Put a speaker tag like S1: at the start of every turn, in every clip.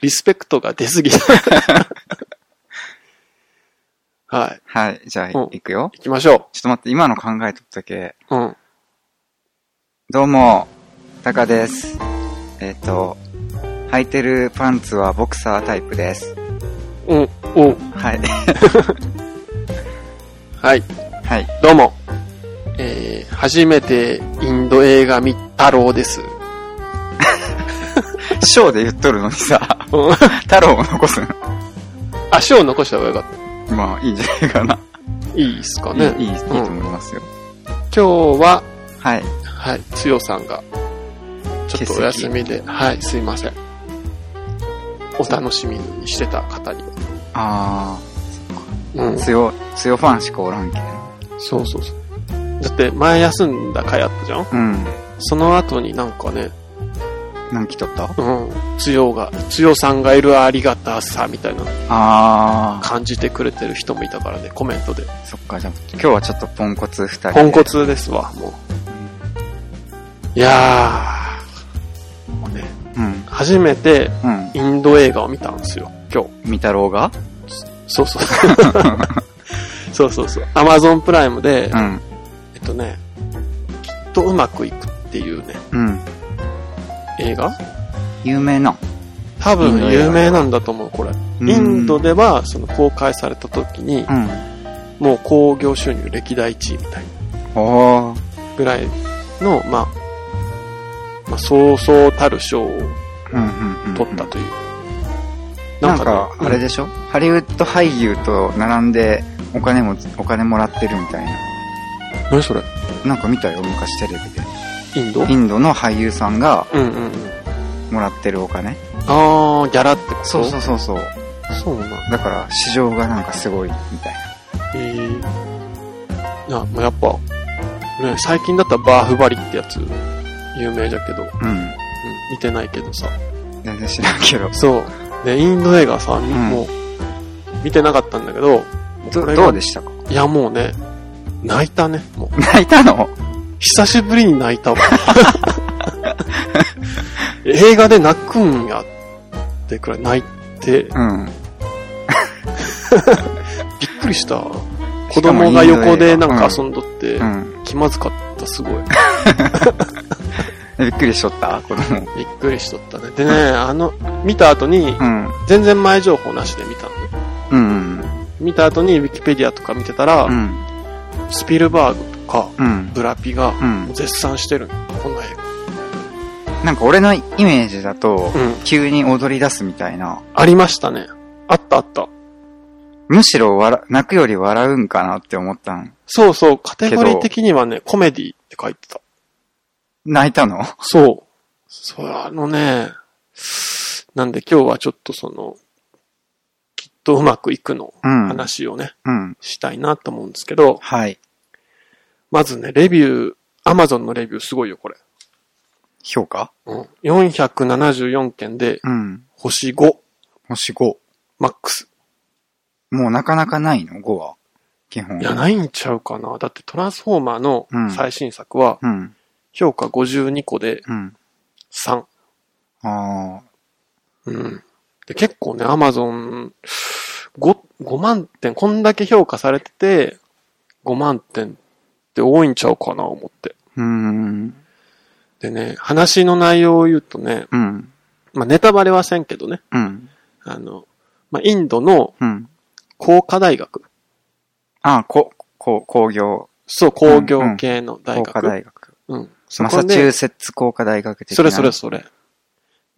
S1: リスペクトが出すぎた。 はい。
S2: はい。じゃあ、
S1: うん
S2: 行くよ。
S1: 行きましょ
S2: ちょっと待って、今の考えとったけ。
S1: う。うん。
S2: どうも、タカです。えっ、と、履いてるパンツはボクサータイプです。
S1: うん。お
S2: はい。
S1: はい。
S2: はい。
S1: どうも。えー、初めてインド映画見たろうです。
S2: ショーで言っとるのにさ、
S1: うん。
S2: 太郎を残すの。
S1: 足を残した方がよかっ
S2: まあ、いいんじゃないかな。
S1: た。いいですかね。
S2: いい、いい、いいと
S1: うん
S2: 思いますよ。
S1: 今日は、
S2: はい。
S1: はい、つよさんが、ちょっとお休みで、はい、すいません。お楽しみにしてた方に。
S2: あ
S1: う
S2: ー、
S1: ん。
S2: 強、強ファンしかおらんけど。
S1: そうそうそう。だって、前休んだ回あったじゃん
S2: うん。
S1: その後になんかね、
S2: 何来とった
S1: うん、つよが、つよさんがいるありがたさ、みたいな、
S2: あ
S1: 感じてくれてる人もいたからね、コメントで。
S2: ー、そっか、じゃあ、今日はちょっとポンコツ二人。
S1: ポンコツですわ、もう。いやー、もうね、
S2: うん。
S1: 初めて
S2: うん。
S1: インド映画を見たんですよ、今日。
S2: みたろうが
S1: そう そう。そうそうそう。アマゾンプライムで、
S2: うん。
S1: えっとね、きっとうまくいくっていうね、
S2: うん。
S1: 映画
S2: 有名な。
S1: 多
S2: インド映
S1: 分
S2: 画
S1: 有名なんだと思う、これ。
S2: うん
S1: インド。では、その公開された時に
S2: う、ん。
S1: もう興行収入歴代1位みたい
S2: お
S1: な
S2: ー。
S1: ぐらいの、まあ、まあ、そうそうたる賞を
S2: うんうんうん。
S1: 取ったという。
S2: なんか、
S1: ね
S2: あれでしょ、ハリウッド俳優と並んで、お金も、お金もらってるみたいな。
S1: うん何それ
S2: なんか見たよ、昔テレビ
S1: イ
S2: で。
S1: ンドうん
S2: インドの俳優さんが
S1: うんうん。
S2: もらってるお金。
S1: あー、ギャラってこと。
S2: そうそううそうそう。
S1: そうなんだ。
S2: だから、市場がなんかすごい、みたい
S1: えー、あ、まあ、やっぱ、ね、最近だったらバーフバリってやつ、有名だけど、うん、
S2: な。うん。
S1: 見てないけどさ。
S2: 全然知らんけど。
S1: そう。で、インド映画さ、
S2: ん
S1: もう、見てなかったんだけど、
S2: ど
S1: これが
S2: どうでしたか
S1: いやもうね、泣いたね、もう。
S2: 泣いたの
S1: 久しぶりに泣い たわ。映画で泣くんやってくらい泣いて、びっ
S2: うん。
S1: くりした。子供が横でなんか遊
S2: ん
S1: んどって
S2: う、ん。
S1: 気まずかった、すごい。
S2: びっくりしとった子供。
S1: びっくりしとったね。でね、あの、見た後に、
S2: うん。
S1: 全然前情報なしで見たの。
S2: うん。
S1: 見た後にウィキペディアとか見てたら、
S2: うん。
S1: スピルバーグとか、
S2: うん。
S1: ブラピが
S2: うん。
S1: 絶賛してるこの映画。
S2: なんか俺のイメージだと、
S1: うん。
S2: 急に踊り出すみたいな。
S1: ありましたね。あったあった。
S2: むしろ笑、泣くより笑うんかなって思ったん。
S1: そうそう、カテゴリー的にはね、コメディって書いてた。
S2: 泣いたの
S1: そう。そう、あのね、なんで今日はちょっとその、きっとうまくいくの
S2: うん。
S1: 話をね、
S2: うん。
S1: したいなと思うんですけど、
S2: はい。
S1: まずね、レビュー、アマゾンのレビューすごいよ、これ。
S2: 評価
S1: うん。474件で、
S2: うん。
S1: 星5、
S2: 星5。
S1: マックス。
S2: もうなかなかないの ?5 は。基本。
S1: いや、ないんちゃうかな。だってトランスフォーマーの
S2: うん
S1: 最新作は、
S2: うん。
S1: 評価52個で
S2: うん。
S1: 3。
S2: あ
S1: うん。で、結構ね、アマゾン、5、5万点、こんだけ評価されてて、5万点って多いんちゃうかな、思って。
S2: ー。うーん。
S1: でね、話の内容を言うとね、
S2: うん。
S1: まあ、ネタバレはせんけどね、
S2: うん。
S1: あの、まあ、インドの
S2: うん。
S1: 工科大学。
S2: あー、こ、こ、工業、
S1: そう、工業系の大
S2: 工
S1: 学。
S2: 科大学。
S1: うん。そ
S2: マ
S1: こ
S2: サチュー
S1: で、
S2: セッツ工科大学的な。
S1: それそれそれ。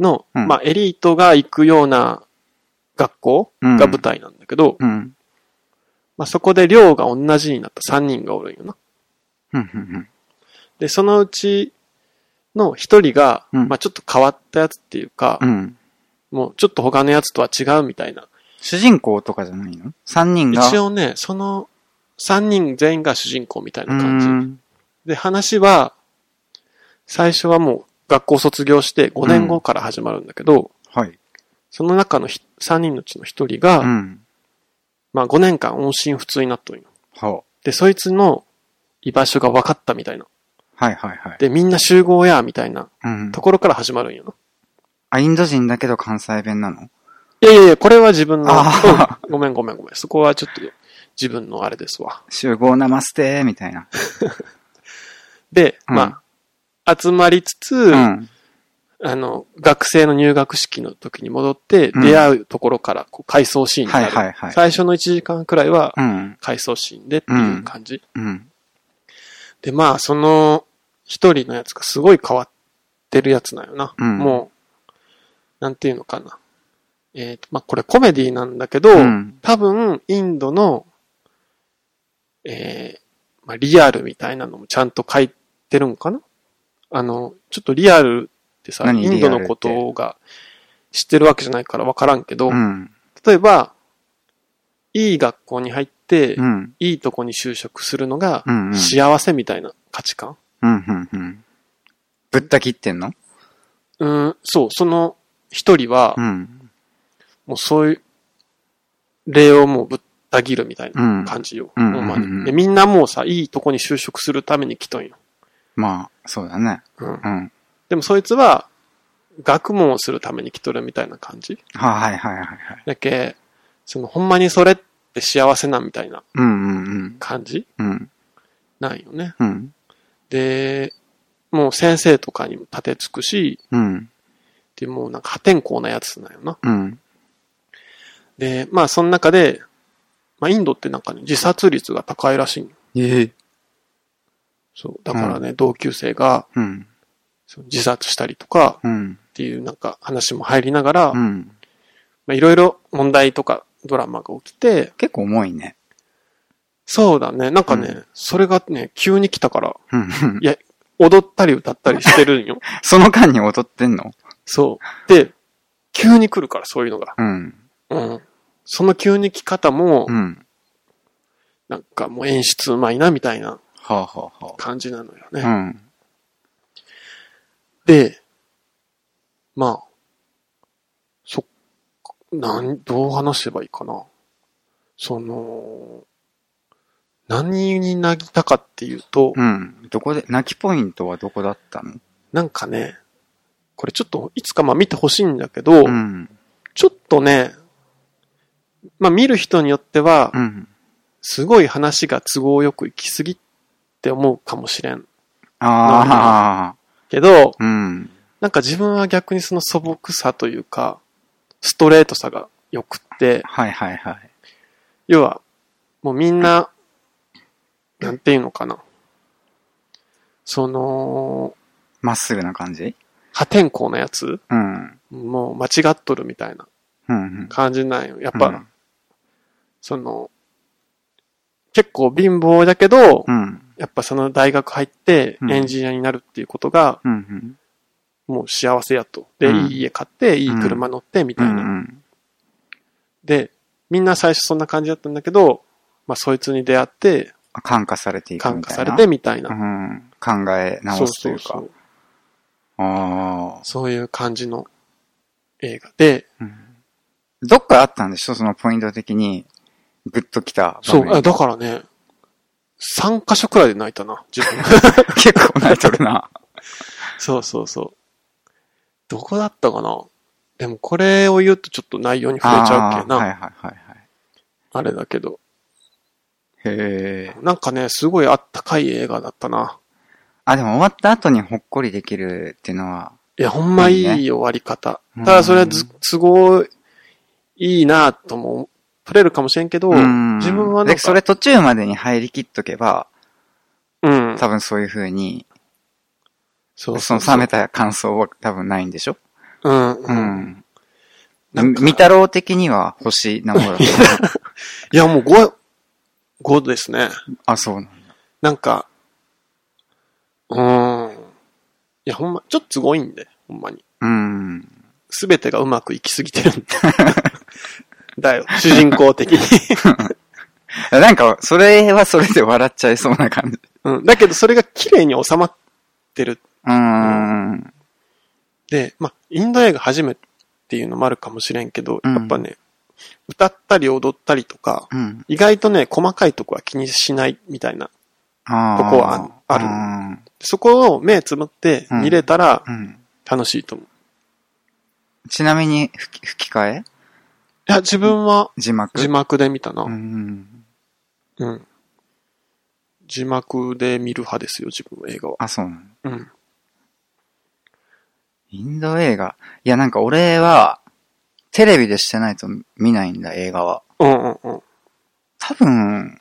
S1: の、
S2: うん
S1: まあ、エリートが行くような学校
S2: うん。
S1: が舞台なんだけど、
S2: うん。
S1: まあ、そこで寮が同じになった3人がおるんよな。
S2: うん。うん。
S1: で、そのうちの一人が、
S2: うん
S1: まあちょっと変わったやつっていうか、
S2: うん。うん
S1: もうちょっと他のやつとは違うみたいな。
S2: 主人公とかじゃないの ?3 人が。
S1: 一応ね、その三人全員が主人公みたいうな感
S2: ん。
S1: じ。で、話は、最初はもう学校卒業して5年後から始まるんだけど、
S2: はい。
S1: その中の3人のうちの一人
S2: う
S1: が、
S2: ん。
S1: まあ5年間音信不通になっとるんよ。
S2: は
S1: で、そいつの居場所が分かったみたいな。
S2: はいはいはい。
S1: で、みんな集合や、みたいな
S2: うん
S1: と。ころから始まるんよな。
S2: あ、インド人だけど関西弁なの
S1: いやいやいや、これは自分の、
S2: あ
S1: うんごめんごめんごめん。そこはちょっと自分のあれですわ。
S2: 集合ナマステーみたいな。
S1: で、
S2: うん
S1: まあ、集まりつつ、
S2: うん。
S1: あの、学生の入学式の時に戻って、
S2: うん
S1: 出会うところからこう回想シーンに
S2: はい
S1: なる。
S2: はいはい。
S1: 最初の1時間くらいは
S2: うん。
S1: 回想シーンでっていう感じ。
S2: うん。
S1: で、まあ、その一人のやつがすごい変わってるやつなんよな。
S2: うん
S1: もう、なんていうのかな。えっ、と、まあ、これコメディなんだけど、
S2: うん
S1: 多分、インドの、えーまあ、リアルみたいなのもちゃんと書いてるんかなあの、ちょっとリアルってさ、
S2: 何
S1: インドの
S2: リアルって
S1: ことが知ってるわけじゃないからわからんけど、
S2: うん。
S1: 例えば、いい学校に入って、
S2: うん。
S1: いいとこに就職するのが
S2: う、ん。うん。
S1: 幸せみたいな価値観、
S2: うん。うん。うん。ぶった切ってんの
S1: うん、そう、その一人は
S2: う、ん。
S1: もうそういう、礼をもうぶった切るみたいな
S2: うん。
S1: 感じよ。
S2: うん
S1: ほんま
S2: うんうんうん
S1: に。で、みんなもうさ、いいとこに就職するために来とんよ。
S2: まあ、そうだね。
S1: うん
S2: う。ん。
S1: でもそいつは、学問をするために来とるみたいな感じ。
S2: はいはいはいはいはい。
S1: だけ、その、ほんまにそれって幸せなんみたいな
S2: うんうん
S1: 感じ
S2: うん。うん。
S1: なんよね。
S2: うん。
S1: で、もう先生とかにも立てつくし、
S2: うん。
S1: で、もうなんか破天荒なやつなんよな。
S2: うん。
S1: で、まあその中で、まあインドってなんかね、自殺率が高いらしいんよ
S2: ええ。
S1: そう。だからね、同級生が
S2: うん。
S1: そう自殺したりとか
S2: うん。
S1: っていうなんか話も入りながら、
S2: う
S1: ま
S2: ん。
S1: あいろいろ問題とかドラマが起きて、
S2: 結構重いね。
S1: そうだね、なんかね、
S2: う
S1: それがね、急に来たから、
S2: うん。うん
S1: 踊ったり歌ったりしてるんよ。
S2: その間に踊ってんの
S1: そう。で、急に来るから、そういうのが。
S2: うん。
S1: うん。その急に来方も
S2: う、ん。
S1: なんかもう演出うまいな、みたいな
S2: はあはあは
S1: 感じなのよ
S2: あ。
S1: ね。
S2: うん。
S1: で、まあ、そ、なん、どう話せばいいかな。その、何になりたかっていうと、
S2: うん。どこで、泣きポイントはどこだったの
S1: なんかね、これちょっといつかまあ見てほしいんだけど、
S2: うん。
S1: ちょっとね、まあ見る人によっては
S2: う、ん。
S1: すごい話が都合よく行き過ぎって思うかもしれん
S2: ああ。
S1: けど、
S2: うん。
S1: なんか自分は逆にその素朴さというか、ストレートさが良くって、
S2: はいはいはい。
S1: 要は、もうみんな、なんていうのかな。その、
S2: まっすぐな感じ
S1: 破天荒なやつ
S2: うん。うん
S1: もう間違っとるみたいな
S2: うん。
S1: 感じなんよ。やっ
S2: う
S1: ぱ
S2: ん、
S1: その、結構貧乏だけど
S2: う、ん。
S1: やっぱその大学入ってエンジニアになるっていうことが、
S2: うんうん。
S1: もう幸せやと。で、
S2: うん
S1: いい家買って、いい車乗って、み
S2: う
S1: たい
S2: んう
S1: な。
S2: ん。
S1: で、みんな最初そんな感じだったんだけど、まあそいつに出会って、
S2: 感化されていく
S1: 感
S2: み
S1: 化
S2: たいな。
S1: されて、みたい
S2: うん
S1: な。。
S2: 考え
S1: そ
S2: 直
S1: う
S2: すと
S1: そ
S2: い
S1: う
S2: うか
S1: そ。う。
S2: ああ。
S1: そういう感じの映画で、
S2: うんどっかあったんでしょそのポイント的に、グッときた場
S1: そ
S2: 面。
S1: う、あだからね、3箇所くらいで泣いたな、自分。
S2: 結構泣いとる な。
S1: そうそうそう。どこだったかなでもこれを言うとちょっと内容に触れちゃうけな、
S2: あーはいはいはいはい。
S1: あれだけど。
S2: へえ。
S1: なんかね、すごいあったかい映画だったな。
S2: あ、でも終わった後にほっこりできるっていうのは、
S1: いや、ほんまい
S2: いいね
S1: い終わり方。
S2: うん
S1: ただそれはず、都合いいなとも取れるかもしれんけど、
S2: うん
S1: 自分はなん
S2: で
S1: か、
S2: それ途中までに入りきっとけば、
S1: うん。
S2: 多分そういう風に、
S1: そう
S2: その冷めた感想は多分ないんでしょ
S1: うん、う。
S2: うんん。
S1: なんか
S2: み太郎的には星なも のだと思う。
S1: いや、もう5、5ですね。
S2: あ、そうなの。
S1: なんか、うーん。いや、ほんま、ちょっとすごいんで、ほんまに。
S2: うん。
S1: すべてがうまくいきすぎて るんだ。だよ、主人公的 に。
S2: なんか、それはそれで笑っちゃいそうな感じ。
S1: うん。だけど、それが綺麗に収まってる。
S2: うーん。
S1: で、まあ、インド映画初めてっていうのもあるかもしれんけど、
S2: うん
S1: やっぱね、歌ったり踊ったりとか、
S2: うん。
S1: 意外とね、細かいとこは気にしないみたいな。
S2: ああ。
S1: ここはある
S2: あ
S1: そこを目つぶって見れたら
S2: ーうん。
S1: 楽しいと思う。
S2: ちなみに吹き、吹き替え
S1: いや、自分は
S2: 字幕
S1: 字幕で見たな。
S2: うんうん。
S1: うん。字幕で見る派ですよ、自分は映画は。
S2: あ、そうなの。
S1: うん。
S2: インド映画。いや、なんか俺は、テレビでしてないと見ないんだ、映画は。
S1: うんうんうん。
S2: 多分、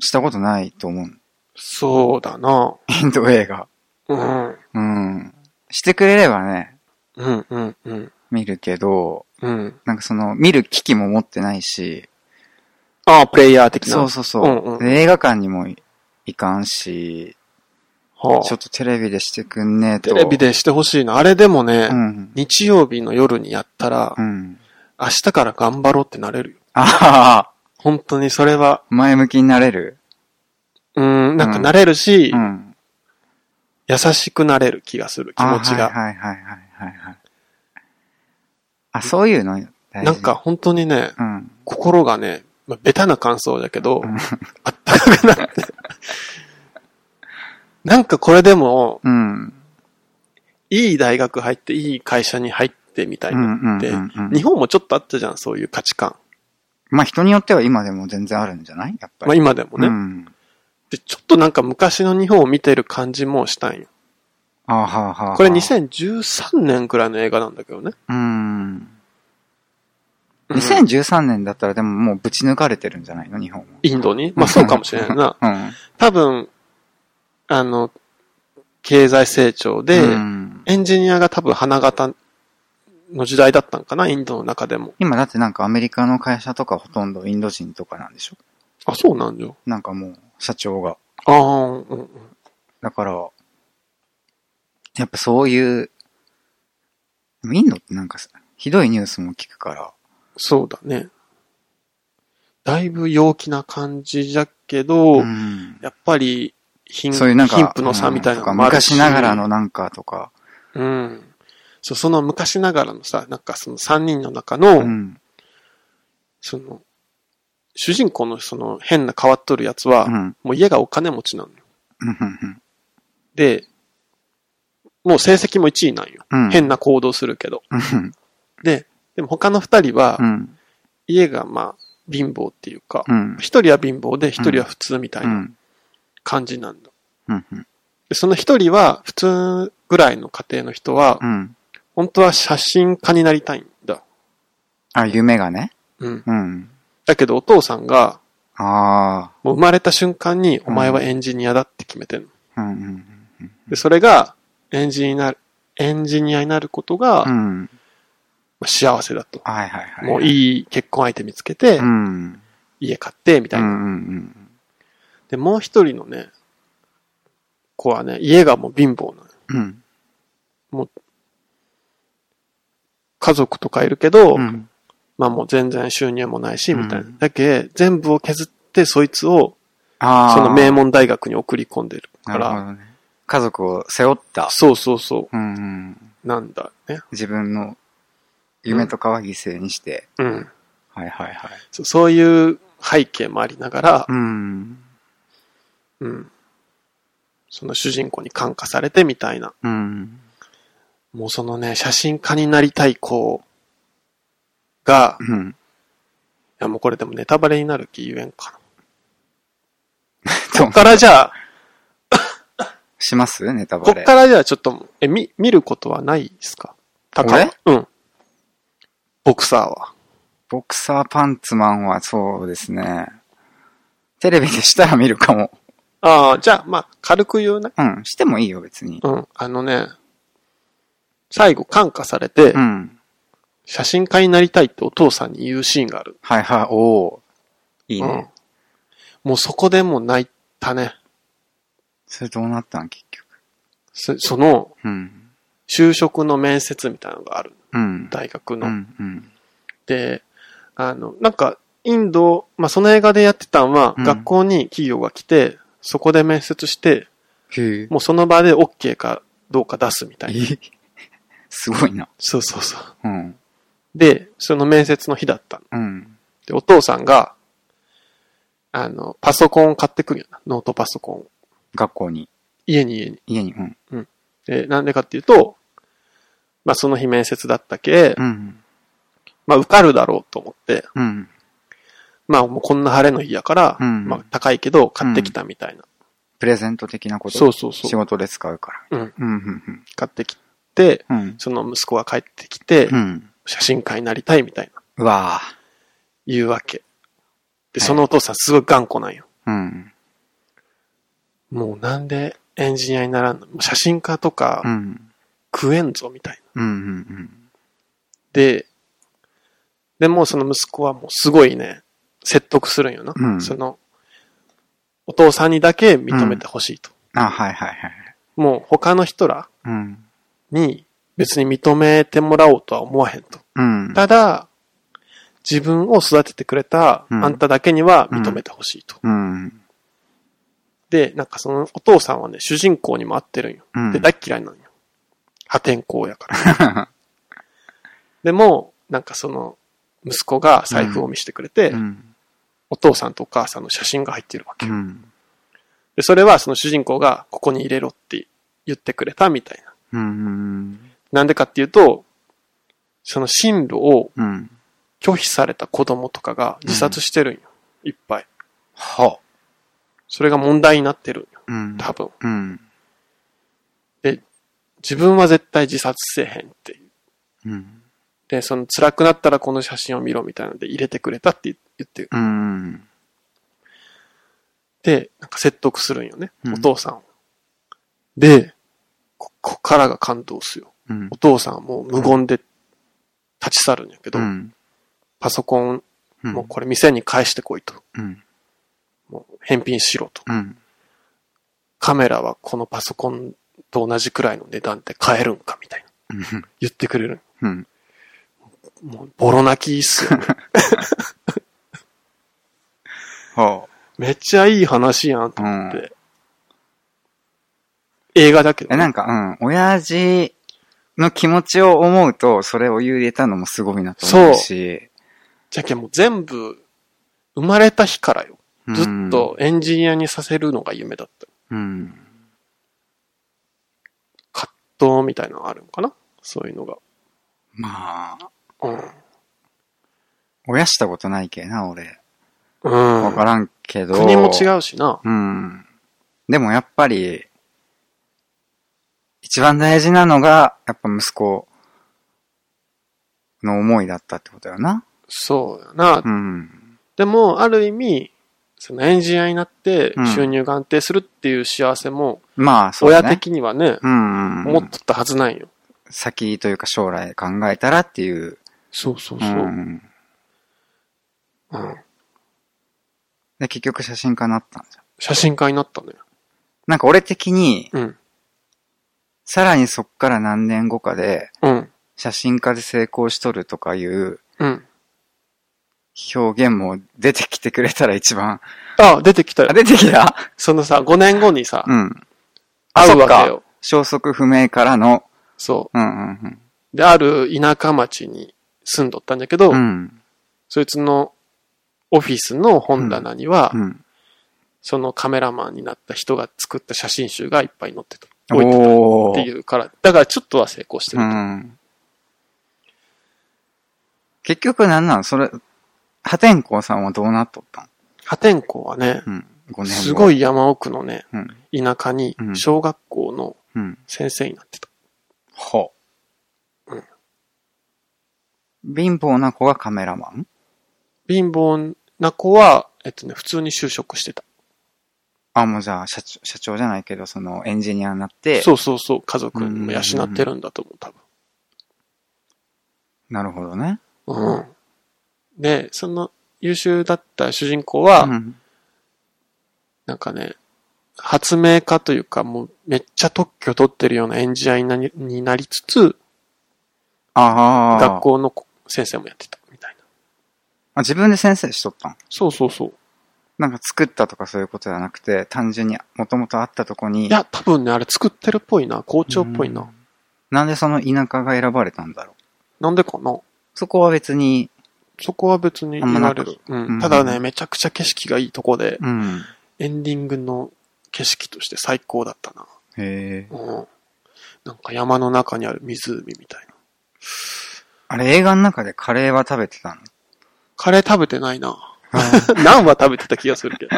S2: したことないと思う。
S1: そうだな。
S2: インド映画。
S1: うん。
S2: うん。してくれればね、
S1: うんうんうん。
S2: 見るけど、
S1: うん。
S2: なんかその、見る機器も持ってないし、
S1: ああ、プレイヤー的な。
S2: そうそうそう。
S1: うんうん
S2: で映画館にもい行かんし、
S1: はあ
S2: ちょっとテレビでしてくんねえと。
S1: テレビ。でしてほしいな。あれでもね、
S2: うん。
S1: 日曜日の夜にやったら、
S2: うん。
S1: 明日から頑張ろうってなれるよ。
S2: ああ、
S1: 本当にそれは、
S2: 前向きになれる。
S1: うん、なんかなれるし、
S2: うん。
S1: 優しくなれる気がする、気持ち
S2: あ
S1: が。
S2: はいはいはいはいはいはい。あ、そういうの大事。
S1: なんか、本当にね、
S2: うん。
S1: 心がね、まあ、ベタな感想だけど
S2: うん、
S1: あったかくなって。 なんかこれでも、
S2: うん。
S1: いい大学入って、いい会社に入ってみたい
S2: うん
S1: な
S2: うん
S1: っ
S2: う
S1: て、
S2: んうん。
S1: 日本もちょっとあったじゃん、そういう価値観。
S2: まあ人によっては今でも全然あるんじゃないやっぱ
S1: まあ
S2: り。
S1: 今でもね、
S2: うん。
S1: で。ちょっとなんか昔の日本を見てる感じもしたんよ。
S2: ああはあはあ。
S1: これ。2013年くらいの映画なんだけどね。
S2: うん。
S1: うん
S2: 2013年だったらでももうぶち抜かれてるんじゃないの日本は。
S1: インドにまあそうかもしれない な。
S2: うん。
S1: 多分、あの、経済成長で、
S2: うん
S1: エンジニアが多分花形の時代だったんかな、インドの中でも。
S2: 今だってなんかアメリカの会社とかほとんどインド人とかなんでしょ
S1: あ、そうなんよ。
S2: なんかもう社長が。
S1: ああ、うんうん。
S2: だから、やっぱそういう、でもインドってなんかさひどいニュースも聞くから、
S1: そうだね。だいぶ陽気な感じだけど、
S2: うん
S1: やっぱり貧、
S2: そういうなんか、
S1: 貧富の差みたいなの
S2: うん
S1: もあるし、
S2: 昔ながらのなんかとか、
S1: うん。そう、その昔ながらのさ、なんかその3人の中の、
S2: うん。
S1: その、主人公のその変な変わっとるやつは、
S2: うん
S1: もう家がお金持ちなのよ。
S2: うんうん
S1: で、もう成績も1位なんよ。
S2: うん
S1: 変な行動するけど。
S2: うん
S1: で、でも他の2人は
S2: う、ん
S1: 家がまあ、貧乏っていうか
S2: う、ん
S1: 1人は貧乏で1人は普通みたい
S2: うんう
S1: なん感じなんだ。
S2: うん
S1: で、その1人は、普通ぐらいの家庭の人は
S2: う、ん
S1: 本当は写真家になりたいんだ。
S2: あ、夢がね。
S1: うん。
S2: うん。
S1: だけどお父さんが、
S2: あ
S1: もう生まれた瞬間に、
S2: ん
S1: お前はエンジニアだって決めてるの。
S2: あ。うんうん
S1: で、それが、エンジニアになる、エンジニアになることが、
S2: う
S1: ま
S2: ん。うん。
S1: あ幸せだと。
S2: はいはいはい。
S1: もう
S2: い。
S1: いい結婚相手見つけて
S2: う、ん。
S1: 家買って、み
S2: う
S1: たい
S2: んう
S1: な。
S2: ん
S1: で、もう一人のね、子はね、家がもう貧乏なの。
S2: うん。うん。
S1: 家族とかいるけど、
S2: うん
S1: まあもう全然収入もないし、みたいな。
S2: うん
S1: だけ、全部を削って、そいつを、
S2: ああ。
S1: その名門大学に送り込んでるか
S2: なる
S1: ら、
S2: ほどね。家族を背負った。
S1: そうそうそ
S2: うんうん。
S1: う、なんだね。
S2: 自分の夢とかは犠牲にして。
S1: うん。
S2: はいはいはい。
S1: そうそういう背景もありながら
S2: う、ん。
S1: うん。その主人公に感化されてみたいな。
S2: うん。
S1: もうそのね、写真家になりたい子が
S2: う、ん。
S1: いやもうこれでもネタバレになる気言えんかな。
S2: そ
S1: こっからじゃあ、
S2: しますネタ
S1: こ
S2: バ
S1: っ
S2: レ。
S1: からじゃあちょっと、え、み、見ることはないですか高い。うん。ボクサーは。
S2: ボクサーパンツマンはそうですね。テレビでしたら見るかも。
S1: ああ、じゃあ、まあ、軽く言うね。
S2: うん。してもいいよ、別に。
S1: うん。あのね、最後感化されて
S2: う、ん。
S1: 写真家になりたいってお父さんに言うシーンがある。
S2: はいはい、おお。いいね。
S1: うん。もうそこでもう泣いたね。
S2: それどうなったん、結局。
S1: そその、
S2: うん。
S1: 就職の面接みたいなのがある。
S2: うん。
S1: 大学
S2: う
S1: の。
S2: ん。うん。
S1: で、あの、なんか、インド、まあ、その映画でやってたのは、
S2: うん
S1: 学校に企業が来て、そこで面接して、
S2: へえ。
S1: もうその場で OK かどうか出すみたいな。
S2: え すごいな。
S1: そうそうそう。
S2: うん。
S1: で、その面接の日だったの。
S2: うん。
S1: で、お父さんが、あの、パソコンを買ってくるよな。ノートパソコンを。
S2: 学校に。
S1: 家に家に。
S2: 家に。うん。
S1: で、なんでかっていうと、まあその日面接だったけ、
S2: うん。
S1: まあ受かるだろうと思って、
S2: うん。
S1: まあもうこんな晴れの日やから、
S2: うん
S1: まあ高いけど買ってきたみたいな。
S2: プレゼント的なこと。
S1: そうそうそう
S2: 仕事で使うから。
S1: うん。
S2: うん、うん、
S1: 買ってきて、
S2: うん。うん。
S1: その息子が帰ってきて、
S2: うん。
S1: 写真家になりたいみたいな、
S2: うわ
S1: 言うわけ。で、
S2: はい
S1: そのお父さんすごい頑固なんよ。
S2: ぁ。うん。
S1: もうなんでエンジニアにならんのもう写真家と
S2: う
S1: か
S2: ん。
S1: 食えんぞみたいな。
S2: うん、うん、
S1: で、でもうその息子はもうすごいね、説得するんよな。
S2: うん
S1: その、お父さんにだけ認めてほしいと。
S2: うん。あ、はい、はい、はい。
S1: もう他の人ら
S2: うん。
S1: に別に認めてもらおうとは思わへんと。
S2: うん。
S1: ただ、自分を育ててくれた
S2: うん
S1: あんただけには認めてほしいと。
S2: うん。
S1: で、なんかそのお父さんはね、主人公にも合ってるんよ。
S2: うん
S1: で、大っ嫌いなんよ。破天荒やから。 でも、なんかその、息子が財布を見せてくれて、
S2: うん。
S1: お父さんとお母さんの写真が入ってるわけ。
S2: うん。
S1: で、それはその主人公がここに入れろって言ってくれたみたいな。
S2: うん。
S1: なんでかっていうと、その進路を
S2: うん。
S1: 拒否された子供とかが自殺してるんよ。いっぱい。
S2: は
S1: それが問題になってるんよ。
S2: うん。
S1: 多分。
S2: うん。
S1: 自分は絶対自殺せえへんっていう。
S2: うん。
S1: で、その辛くなったらこの写真を見ろみたいなので入れてくれたって言って、
S2: うん。
S1: で、なんか説得するんよね。
S2: うん
S1: お父さんを。で、ここっからが感動っすよ。
S2: うん
S1: お。父さんはもう無言で立ち去るんやけど、
S2: うん。
S1: パソコン、
S2: うん
S1: もうこれ店に返してこいと。
S2: うん。
S1: もう返品しろと。
S2: うん。
S1: カメラはこのパソコンと同じくらいの値段で買えるんかみたいな。
S2: うん。
S1: 言ってくれる。
S2: うん。
S1: もうボロ泣きっす よね。
S2: は
S1: めっちゃいい話やんと
S2: あ。う
S1: 思っ
S2: ん。
S1: て。映画だけど
S2: え、
S1: ね、
S2: なんか、うん、親父の気持ちを思うと、それを言えたのもすごいなと思うし、
S1: じゃけんもう全部、生まれた日からよ。ずっとエンジニアにさせるのが夢だった。
S2: うん、
S1: 葛藤みたいなのあるのかなそういうのが。
S2: まあ、
S1: うん。
S2: 親したことないけな、俺。
S1: うん。
S2: わからんけど。
S1: 国も違
S2: う。
S1: うしな。
S2: うん。でもやっぱり、一番大事なのが、やっぱ息子の思いだったってことよな。
S1: そうやな。
S2: うん。
S1: でも、ある意味、そのエンジニアになって
S2: うん
S1: 収入が安定するっていう幸せも、
S2: まあ、そうだ
S1: 親
S2: ね。。
S1: 的にはね、
S2: うん、うん。
S1: 思っとったはずなんよ。
S2: 先というか将来考えたらっていう。
S1: そうそう
S2: う
S1: そう。うん。
S2: ん。で、結局写真家になったんじゃん。
S1: 写真家になったね。
S2: なんか俺的に、
S1: うん。
S2: さらにそっから何年後かで、
S1: うん。
S2: 写真家で成功しとるとかいう
S1: うん。
S2: 表現も出てきてくれたら一番。
S1: あ、出てきたよ
S2: あ、。出てきた
S1: そのさ、5年後にさ、
S2: うん。あ
S1: 会うわけ
S2: そっ
S1: よ
S2: か。消息不明からの、
S1: そ
S2: うんうん
S1: う。で、ある田舎町に住んどったんだけど、
S2: うん。うん。
S1: そいつのオフィスの本棚には、
S2: うん。
S1: そのカメラマンになった人が作った写真集がいっぱい載ってた。置いてたっ
S2: お
S1: て
S2: ー。
S1: いうから、だからちょっとは成功して
S2: う
S1: る。
S2: ん。結局なんなんそれ、破天荒さんはどうなっとったん
S1: 破天荒はね、
S2: うん。5年後。
S1: すごい山奥のね、
S2: うん。
S1: 田舎に
S2: うん
S1: 小学校の
S2: うん。
S1: 先生になってた。
S2: ほ
S1: うん
S2: 貧乏な子がカメラマン
S1: 貧乏な子は、えっとね、普通に就職してた。
S2: あ、もうじゃあ、社長、社長じゃないけど、その、エンジニアになって。
S1: そうそうそう、家族にも養ってるんだと思う、多
S2: なるほどね。
S1: 分。うん。で、その優秀だった主人公
S2: う
S1: は、
S2: ん。
S1: なんかね、発明家というか、もうめっちゃ特許取ってるようなエンジニアになりになりつつ、
S2: ああ。
S1: 学校の子先生もやってたみたいな。
S2: あ。自分で先生しとったん
S1: そうそうそう。
S2: なんか作ったとかそういうことじゃなくて、単純にもともとあったとこに。
S1: いや、多分ね、あれ作ってるっぽいな。校長っぽいうな。
S2: んなんでその田舎が選ばれたんだろう。
S1: なんでかな
S2: そこは別に、
S1: そこは別に言われる。う
S2: うん
S1: ん。ただね、めちゃくちゃ景色がいいとこで、
S2: うん。
S1: エンディングの景色として最高だったな。
S2: へえ。
S1: うん。なんか山の中にある湖みたいな。
S2: あれ映画の中でカレーは食べてたの
S1: カレー食べてないな。 ナンは食べてた気がするけど。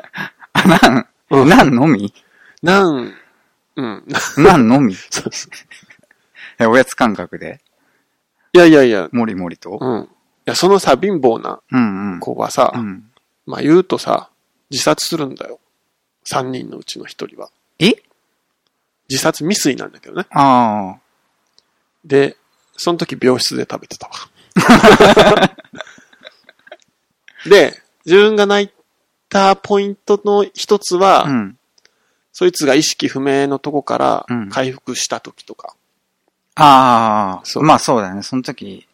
S2: あ、 なん、
S1: うん
S2: なんのみ
S1: ナン、うん。
S2: なんのみ
S1: そうそう
S2: えおやつ感覚で
S1: いやいやいや、
S2: もりもりと
S1: うん。いや、そのさ、貧乏な
S2: うんうん。
S1: 子がさ、
S2: うん。
S1: まあ言うとさ、自殺するんだよ。三人のうちの一人は。
S2: え
S1: 自殺未遂なんだけどね。
S2: あ
S1: で、その時病室で食べてたわ。 で、自分が泣いたポイントの一つは、
S2: あ。うん。
S1: そいつが意識不明のとこから
S2: うん
S1: 回復した時とか。
S2: あ
S1: そ
S2: あ。
S1: う
S2: まあそうだよね。その時、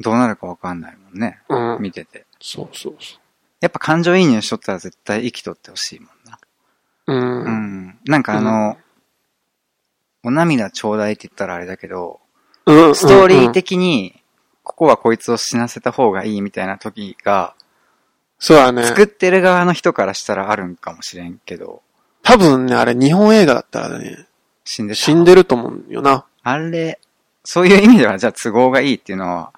S2: どうなるかわかんないもんね。
S1: うん。
S2: 見てて。
S1: そうそうそ
S2: やっぱ感情移入しとったら絶対生きとってほしいもんな。
S1: う。うん。
S2: うん。なんかあの、お涙ちょうだいって言ったらあれだけど、
S1: うん
S2: ストーリー。的に、ここはこいつを死なせた方がいいみたいな時が、
S1: そうだね。
S2: 作ってる側の人からしたらあるんかもしれんけど、
S1: 多分ね、あれ日本映画だったらね、
S2: 死んでた
S1: 死んでると思うんよな。
S2: あれ、そういう意味ではじゃあ都合がいいっていうのは、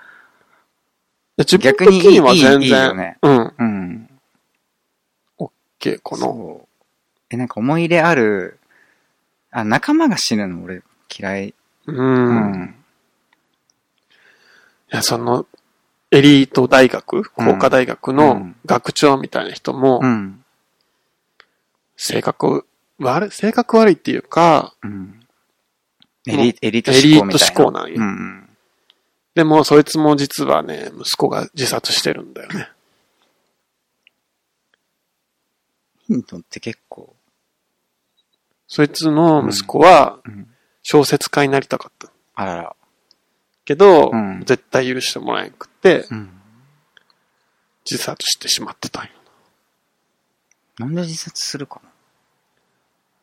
S1: で自分
S2: 逆にいい
S1: 的には全然、
S2: いいいいよね
S1: うん。
S2: うん。
S1: OK かな。
S2: そう。え、なんか思い入れある、あ、仲間が死ぬの俺嫌い。う
S1: うん。い
S2: ん。
S1: や、その、エリート大学、工科大学
S2: う
S1: の
S2: ん
S1: 学長みたいな人も
S2: う、ん。
S1: 性格悪い、性格悪いっていうか、
S2: うん。
S1: もう
S2: エリエリート
S1: エ
S2: 思考みたいな。
S1: リート思考なんや
S2: うん。
S1: でもそいつも実はね、息子が自殺してるんだよね。
S2: ヒントって結構。
S1: そいつの息子は
S2: うん。
S1: 小説家になりたかった。
S2: あらら。
S1: けど、
S2: うん
S1: 絶対許してもらえなくて、
S2: うん。
S1: 自殺してしまってたんよ。
S2: なんで自殺するか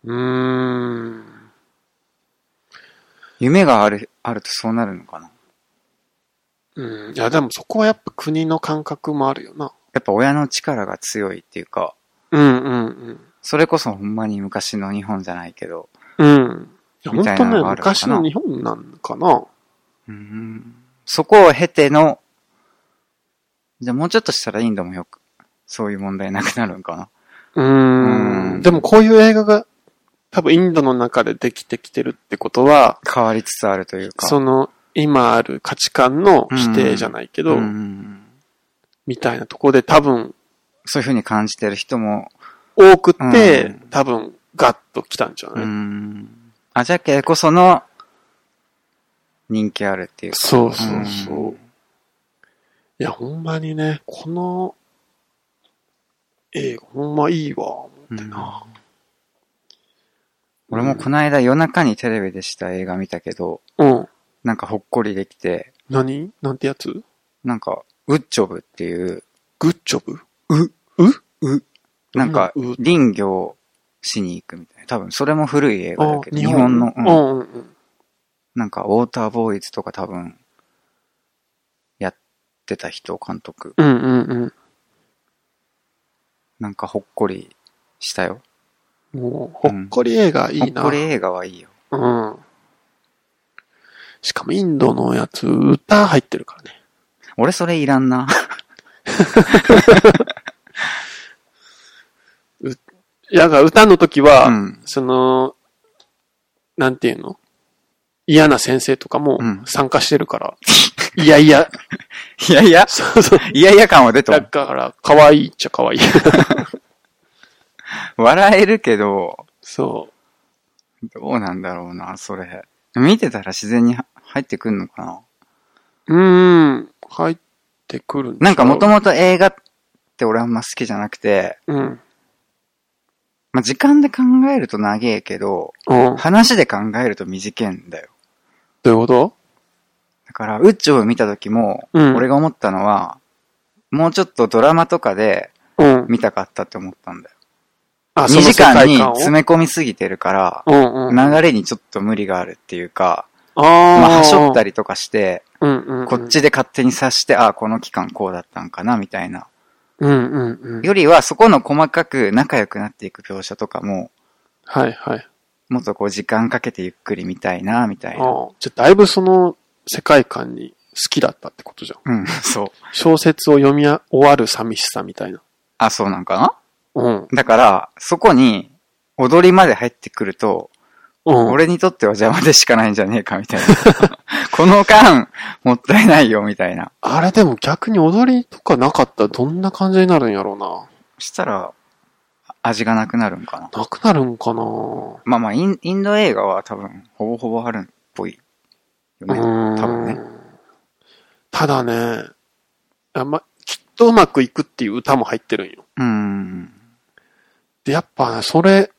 S2: な
S1: うーん。
S2: 夢がある、あるとそうなるのかな
S1: うん。いや、でもそこはやっぱ国の感覚もあるよな。
S2: やっぱ親の力が強いっていうか、
S1: うんうんうん。
S2: それこそほんまに昔の日本じゃないけど、
S1: うん。いや、
S2: み
S1: 本
S2: たい
S1: 当
S2: なの
S1: ね、
S2: があるのかな
S1: 昔の日本なんかな。
S2: うんそこを経ての、じゃあもうちょっとしたらインドもよく、そういう問題なくなるんかな。
S1: うー
S2: うん
S1: ん。でもこういう映画が、多分インドの中でできてきてるってことは、
S2: 変わりつつあるというか。
S1: その、今ある価値観の否定じゃないけど、
S2: ん
S1: みたいなところで多分、
S2: そういうふうに感じてる人も、
S1: 多くて、
S2: うん
S1: 多分、ガッと来たんじゃない、
S2: うん。あ、じゃけこその、人気あるっていうか。
S1: そうそうそう。
S2: うん
S1: いや、ほんまにね、この、映画、ほんまいいわ、思ってな。
S2: 俺もこの間夜中にテレビでした映画見たけど、
S1: うん。
S2: なんかほっこりできて、
S1: 何なんてやつ
S2: なんか、ウッチョブっていう、
S1: グッジョブ
S2: なんか
S1: うんう、
S2: 林業しに行くみたいな。多分、それも古い映画だけど、
S1: あ
S2: 日本の、うん
S1: うんうんうん。
S2: なんか、ウォーターボーイズとか多分、やってた人、監督。
S1: うんうん
S2: なんか、ほっこりしたよ。
S1: うん。もう、ほっこり映画いいな。
S2: ほっこり映画はいいよ。
S1: うん。しかもインドのやつ、歌入ってるからね。
S2: 俺、それいらんな。
S1: いや、だから歌の時は、
S2: うん。
S1: その、なんていうの嫌な先生とかも
S2: うん
S1: 参加してるから。いやい や、
S2: いやいや、
S1: そうそう。
S2: いやいや感は出
S1: だ
S2: た。
S1: から、可愛いっちゃ可愛い。
S2: 笑えるけど、
S1: そ
S2: どうなんだろうな、それ。見てたら自然に入ってくんのかな。
S1: う。うーん。入ってくる
S2: なんか、もと
S1: も
S2: もと映画って俺あんま好きじゃなくて、
S1: うん。
S2: まあ、時間で考えると長えけど、
S1: うん。ど
S2: 話で考えると短いんだよ。
S1: ういうこと
S2: だから、ウッチョを見た時も、
S1: うん
S2: 俺が思ったのは、もうちょっとドラマとかで
S1: うん。
S2: 見たかったって思ったんだよ。
S1: あ
S2: 2時間に
S1: その世界観を
S2: 詰め込みすぎてるから、
S1: うんうん。
S2: 流れにちょっと無理があるっていうか、
S1: あー
S2: まあ、はしょったりとかして、
S1: うんうんうん。
S2: こっちで勝手に察して、ああ、この期間こうだったんかな、みたいな。
S1: うんうんうん。
S2: よりは、そこの細かく仲良くなっていく描写とかも、
S1: はいはい。
S2: もっとこう時間かけてゆっくり見たいな、みたい
S1: あ
S2: な。
S1: あ。じゃあ、だいぶその、世界観に好きだったってことじゃん。
S2: うん、そう。
S1: 小説を読み終わる寂しさみたいな。
S2: あ、そうなんかな
S1: うん。
S2: だから、そこに、踊りまで入ってくると、
S1: うん。
S2: 俺にとっては邪魔でしかないんじゃねえか、みたいな。 この間、もったいないよ、みたいな。
S1: あれでも逆に踊りとかなかったらどんな感じになるんやろうな。
S2: したら、味がなくなるんかな。
S1: なくなるんかな
S2: まあまあ、インインド映画は多分、ほぼほぼあるっぽいよね。
S1: うん。
S2: 多分ね。
S1: ただね、あま、きっとうまくいくっていう歌も入ってるんよ。
S2: うん。
S1: で、やっぱね、それ、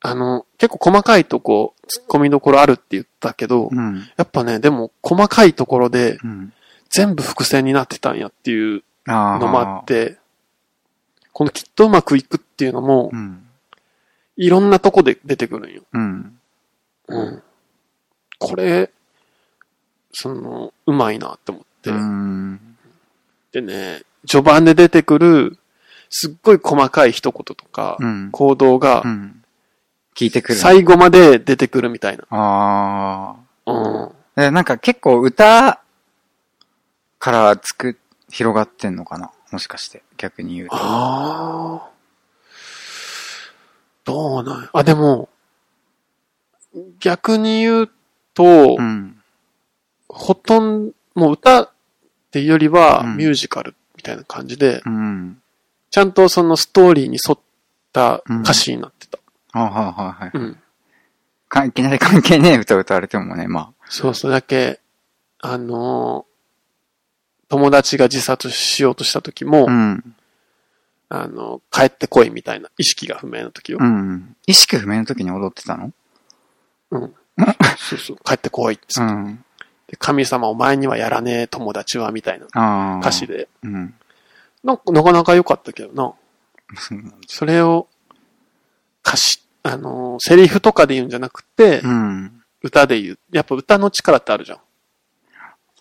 S1: あの、結構細かいとこ、突っ込みどころあるって言ったけど、
S2: うん。
S1: やっぱね、でも細かいところで
S2: うん。
S1: 全部伏線になってたんやっていう
S2: ああ。
S1: のもあって、このきっとうまくいくっていうのも
S2: う、ん。
S1: いろんなとこで出てくるんよ。
S2: うん。
S1: うん。これ、その、うまいなって思って。
S2: うん。
S1: でね、序盤で出てくる、すっごい細かい一言とか、
S2: うん。
S1: 行動が
S2: う、ん。聞いてくる。
S1: 最後まで出てくるみたいな。
S2: あ
S1: うん。
S2: あ。えなんか結構歌からつく、広がってんのかなもしかして。逆に言うと。
S1: ああ。どうなんやあ、でも、逆に言うと、
S2: うん。
S1: ほとんど、もう歌っていうよりは、
S2: うん
S1: ミュージカルみたいな感じで、
S2: うん。
S1: ちゃんとそのストーリーに沿った歌詞になってた。
S2: あはいはいはい。
S1: うん。
S2: かいきなり 関係ねえ歌歌われてもね、ま
S1: そうそう、だけ、あのー友達が自殺しようとした時も、
S2: あ。うん。
S1: あの、帰ってこいみたいな、意識が不明の時を
S2: う。ん。意識不明の時に踊ってたの
S1: うん。そうそう、帰ってこいって
S2: う
S1: 言って
S2: ん。
S1: で神様お前にはやらねえ友達は、みたいな
S2: ああ。
S1: 歌詞。で。
S2: うん。
S1: なんか、なかなか良かったけど な。
S2: うん
S1: それを、歌詞、あのーセリフとかで言うんじゃなくて、
S2: うん。
S1: 歌で言う。やっぱ歌の力ってあるじゃん。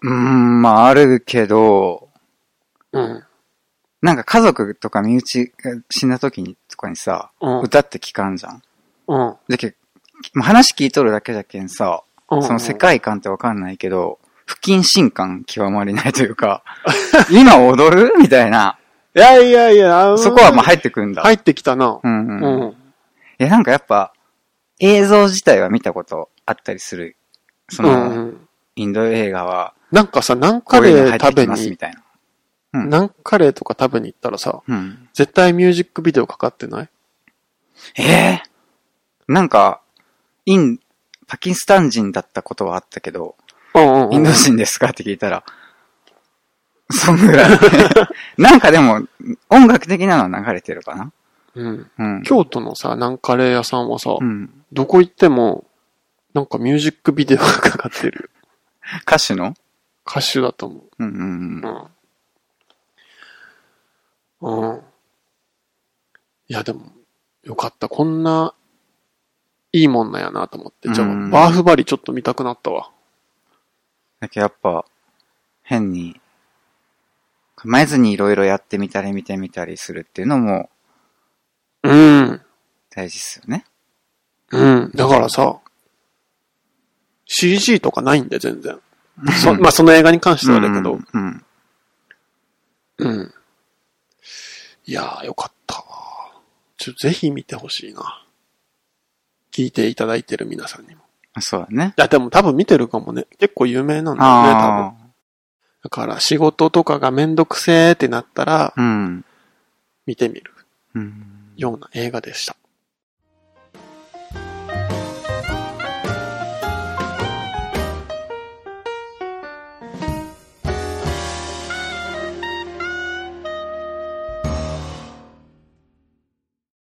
S2: うん、まああるけど、
S1: うん。
S2: なんか家族とか身内が死んだ時にとかにさ、
S1: うん。
S2: 歌って聞かんじゃん。
S1: うん。
S2: だけまあ話聞いとるだけじゃけんさ、
S1: うん。
S2: その世界観ってわかんないけど、不謹慎感極まりないとい うか、今踊るみたいな。
S1: いやいやいや、
S2: そこはまあ
S1: 入っ
S2: 入ってくんだ。
S1: 入ってきたな。
S2: うん
S1: う
S2: うん。
S1: ん。
S2: いや、なんかやっぱ、映像自体は見たことあったりする。そ
S1: うんう
S2: の、
S1: ん。
S2: インド映画は、
S1: なんかさ、ナン
S2: こ
S1: カ
S2: ういうの
S1: レー
S2: 入って
S1: 食べ
S2: きますみ
S1: に、
S2: たいな。うん
S1: ナンカレーとか食べに行ったらさ、
S2: うん。
S1: 絶対ミュージックビデオかかってない
S2: ええなんか、イン、パキスタン人だったことはあったけど、
S1: うんうんうん。
S2: インド人ですかって聞いたら、そんぐらい。 なんかでも、音楽的なのは流れてるかな
S1: うん。
S2: うん。
S1: 京都のさ、ナンカレー屋さんはさ、
S2: うん。
S1: どこ行っても、なんかミュージックビデオがかかってる
S2: 歌手の
S1: 歌手だと思
S2: うんうん
S1: う。う
S2: うん。
S1: ん。うん。いや、でも、よかった。こんな、いいもんなんやなと思って。じゃあ、
S2: うん
S1: バーフバリちょっと見たくなったわ。
S2: だけどやっぱ、変に、構えずにいろいろやってみたり見てみたりするっていうのも
S1: うん。
S2: 大事っすよね。
S1: うん。だからさ、CG とかないんで、全 然。そまあ、その映画に関してはだけど。
S2: うんうん。
S1: うん。いやー、よかったわ。ちょ、ぜひ見てほしいな。聞いていただいてる皆さんにも。い
S2: そうだね。
S1: や、でも多分見てるかもね。結構有名なんだよね、多分
S2: あ。
S1: だから、仕事とかがめんどくせーってなったら
S2: あ。、うん。
S1: 見てみる
S2: うん。
S1: ような映画でした。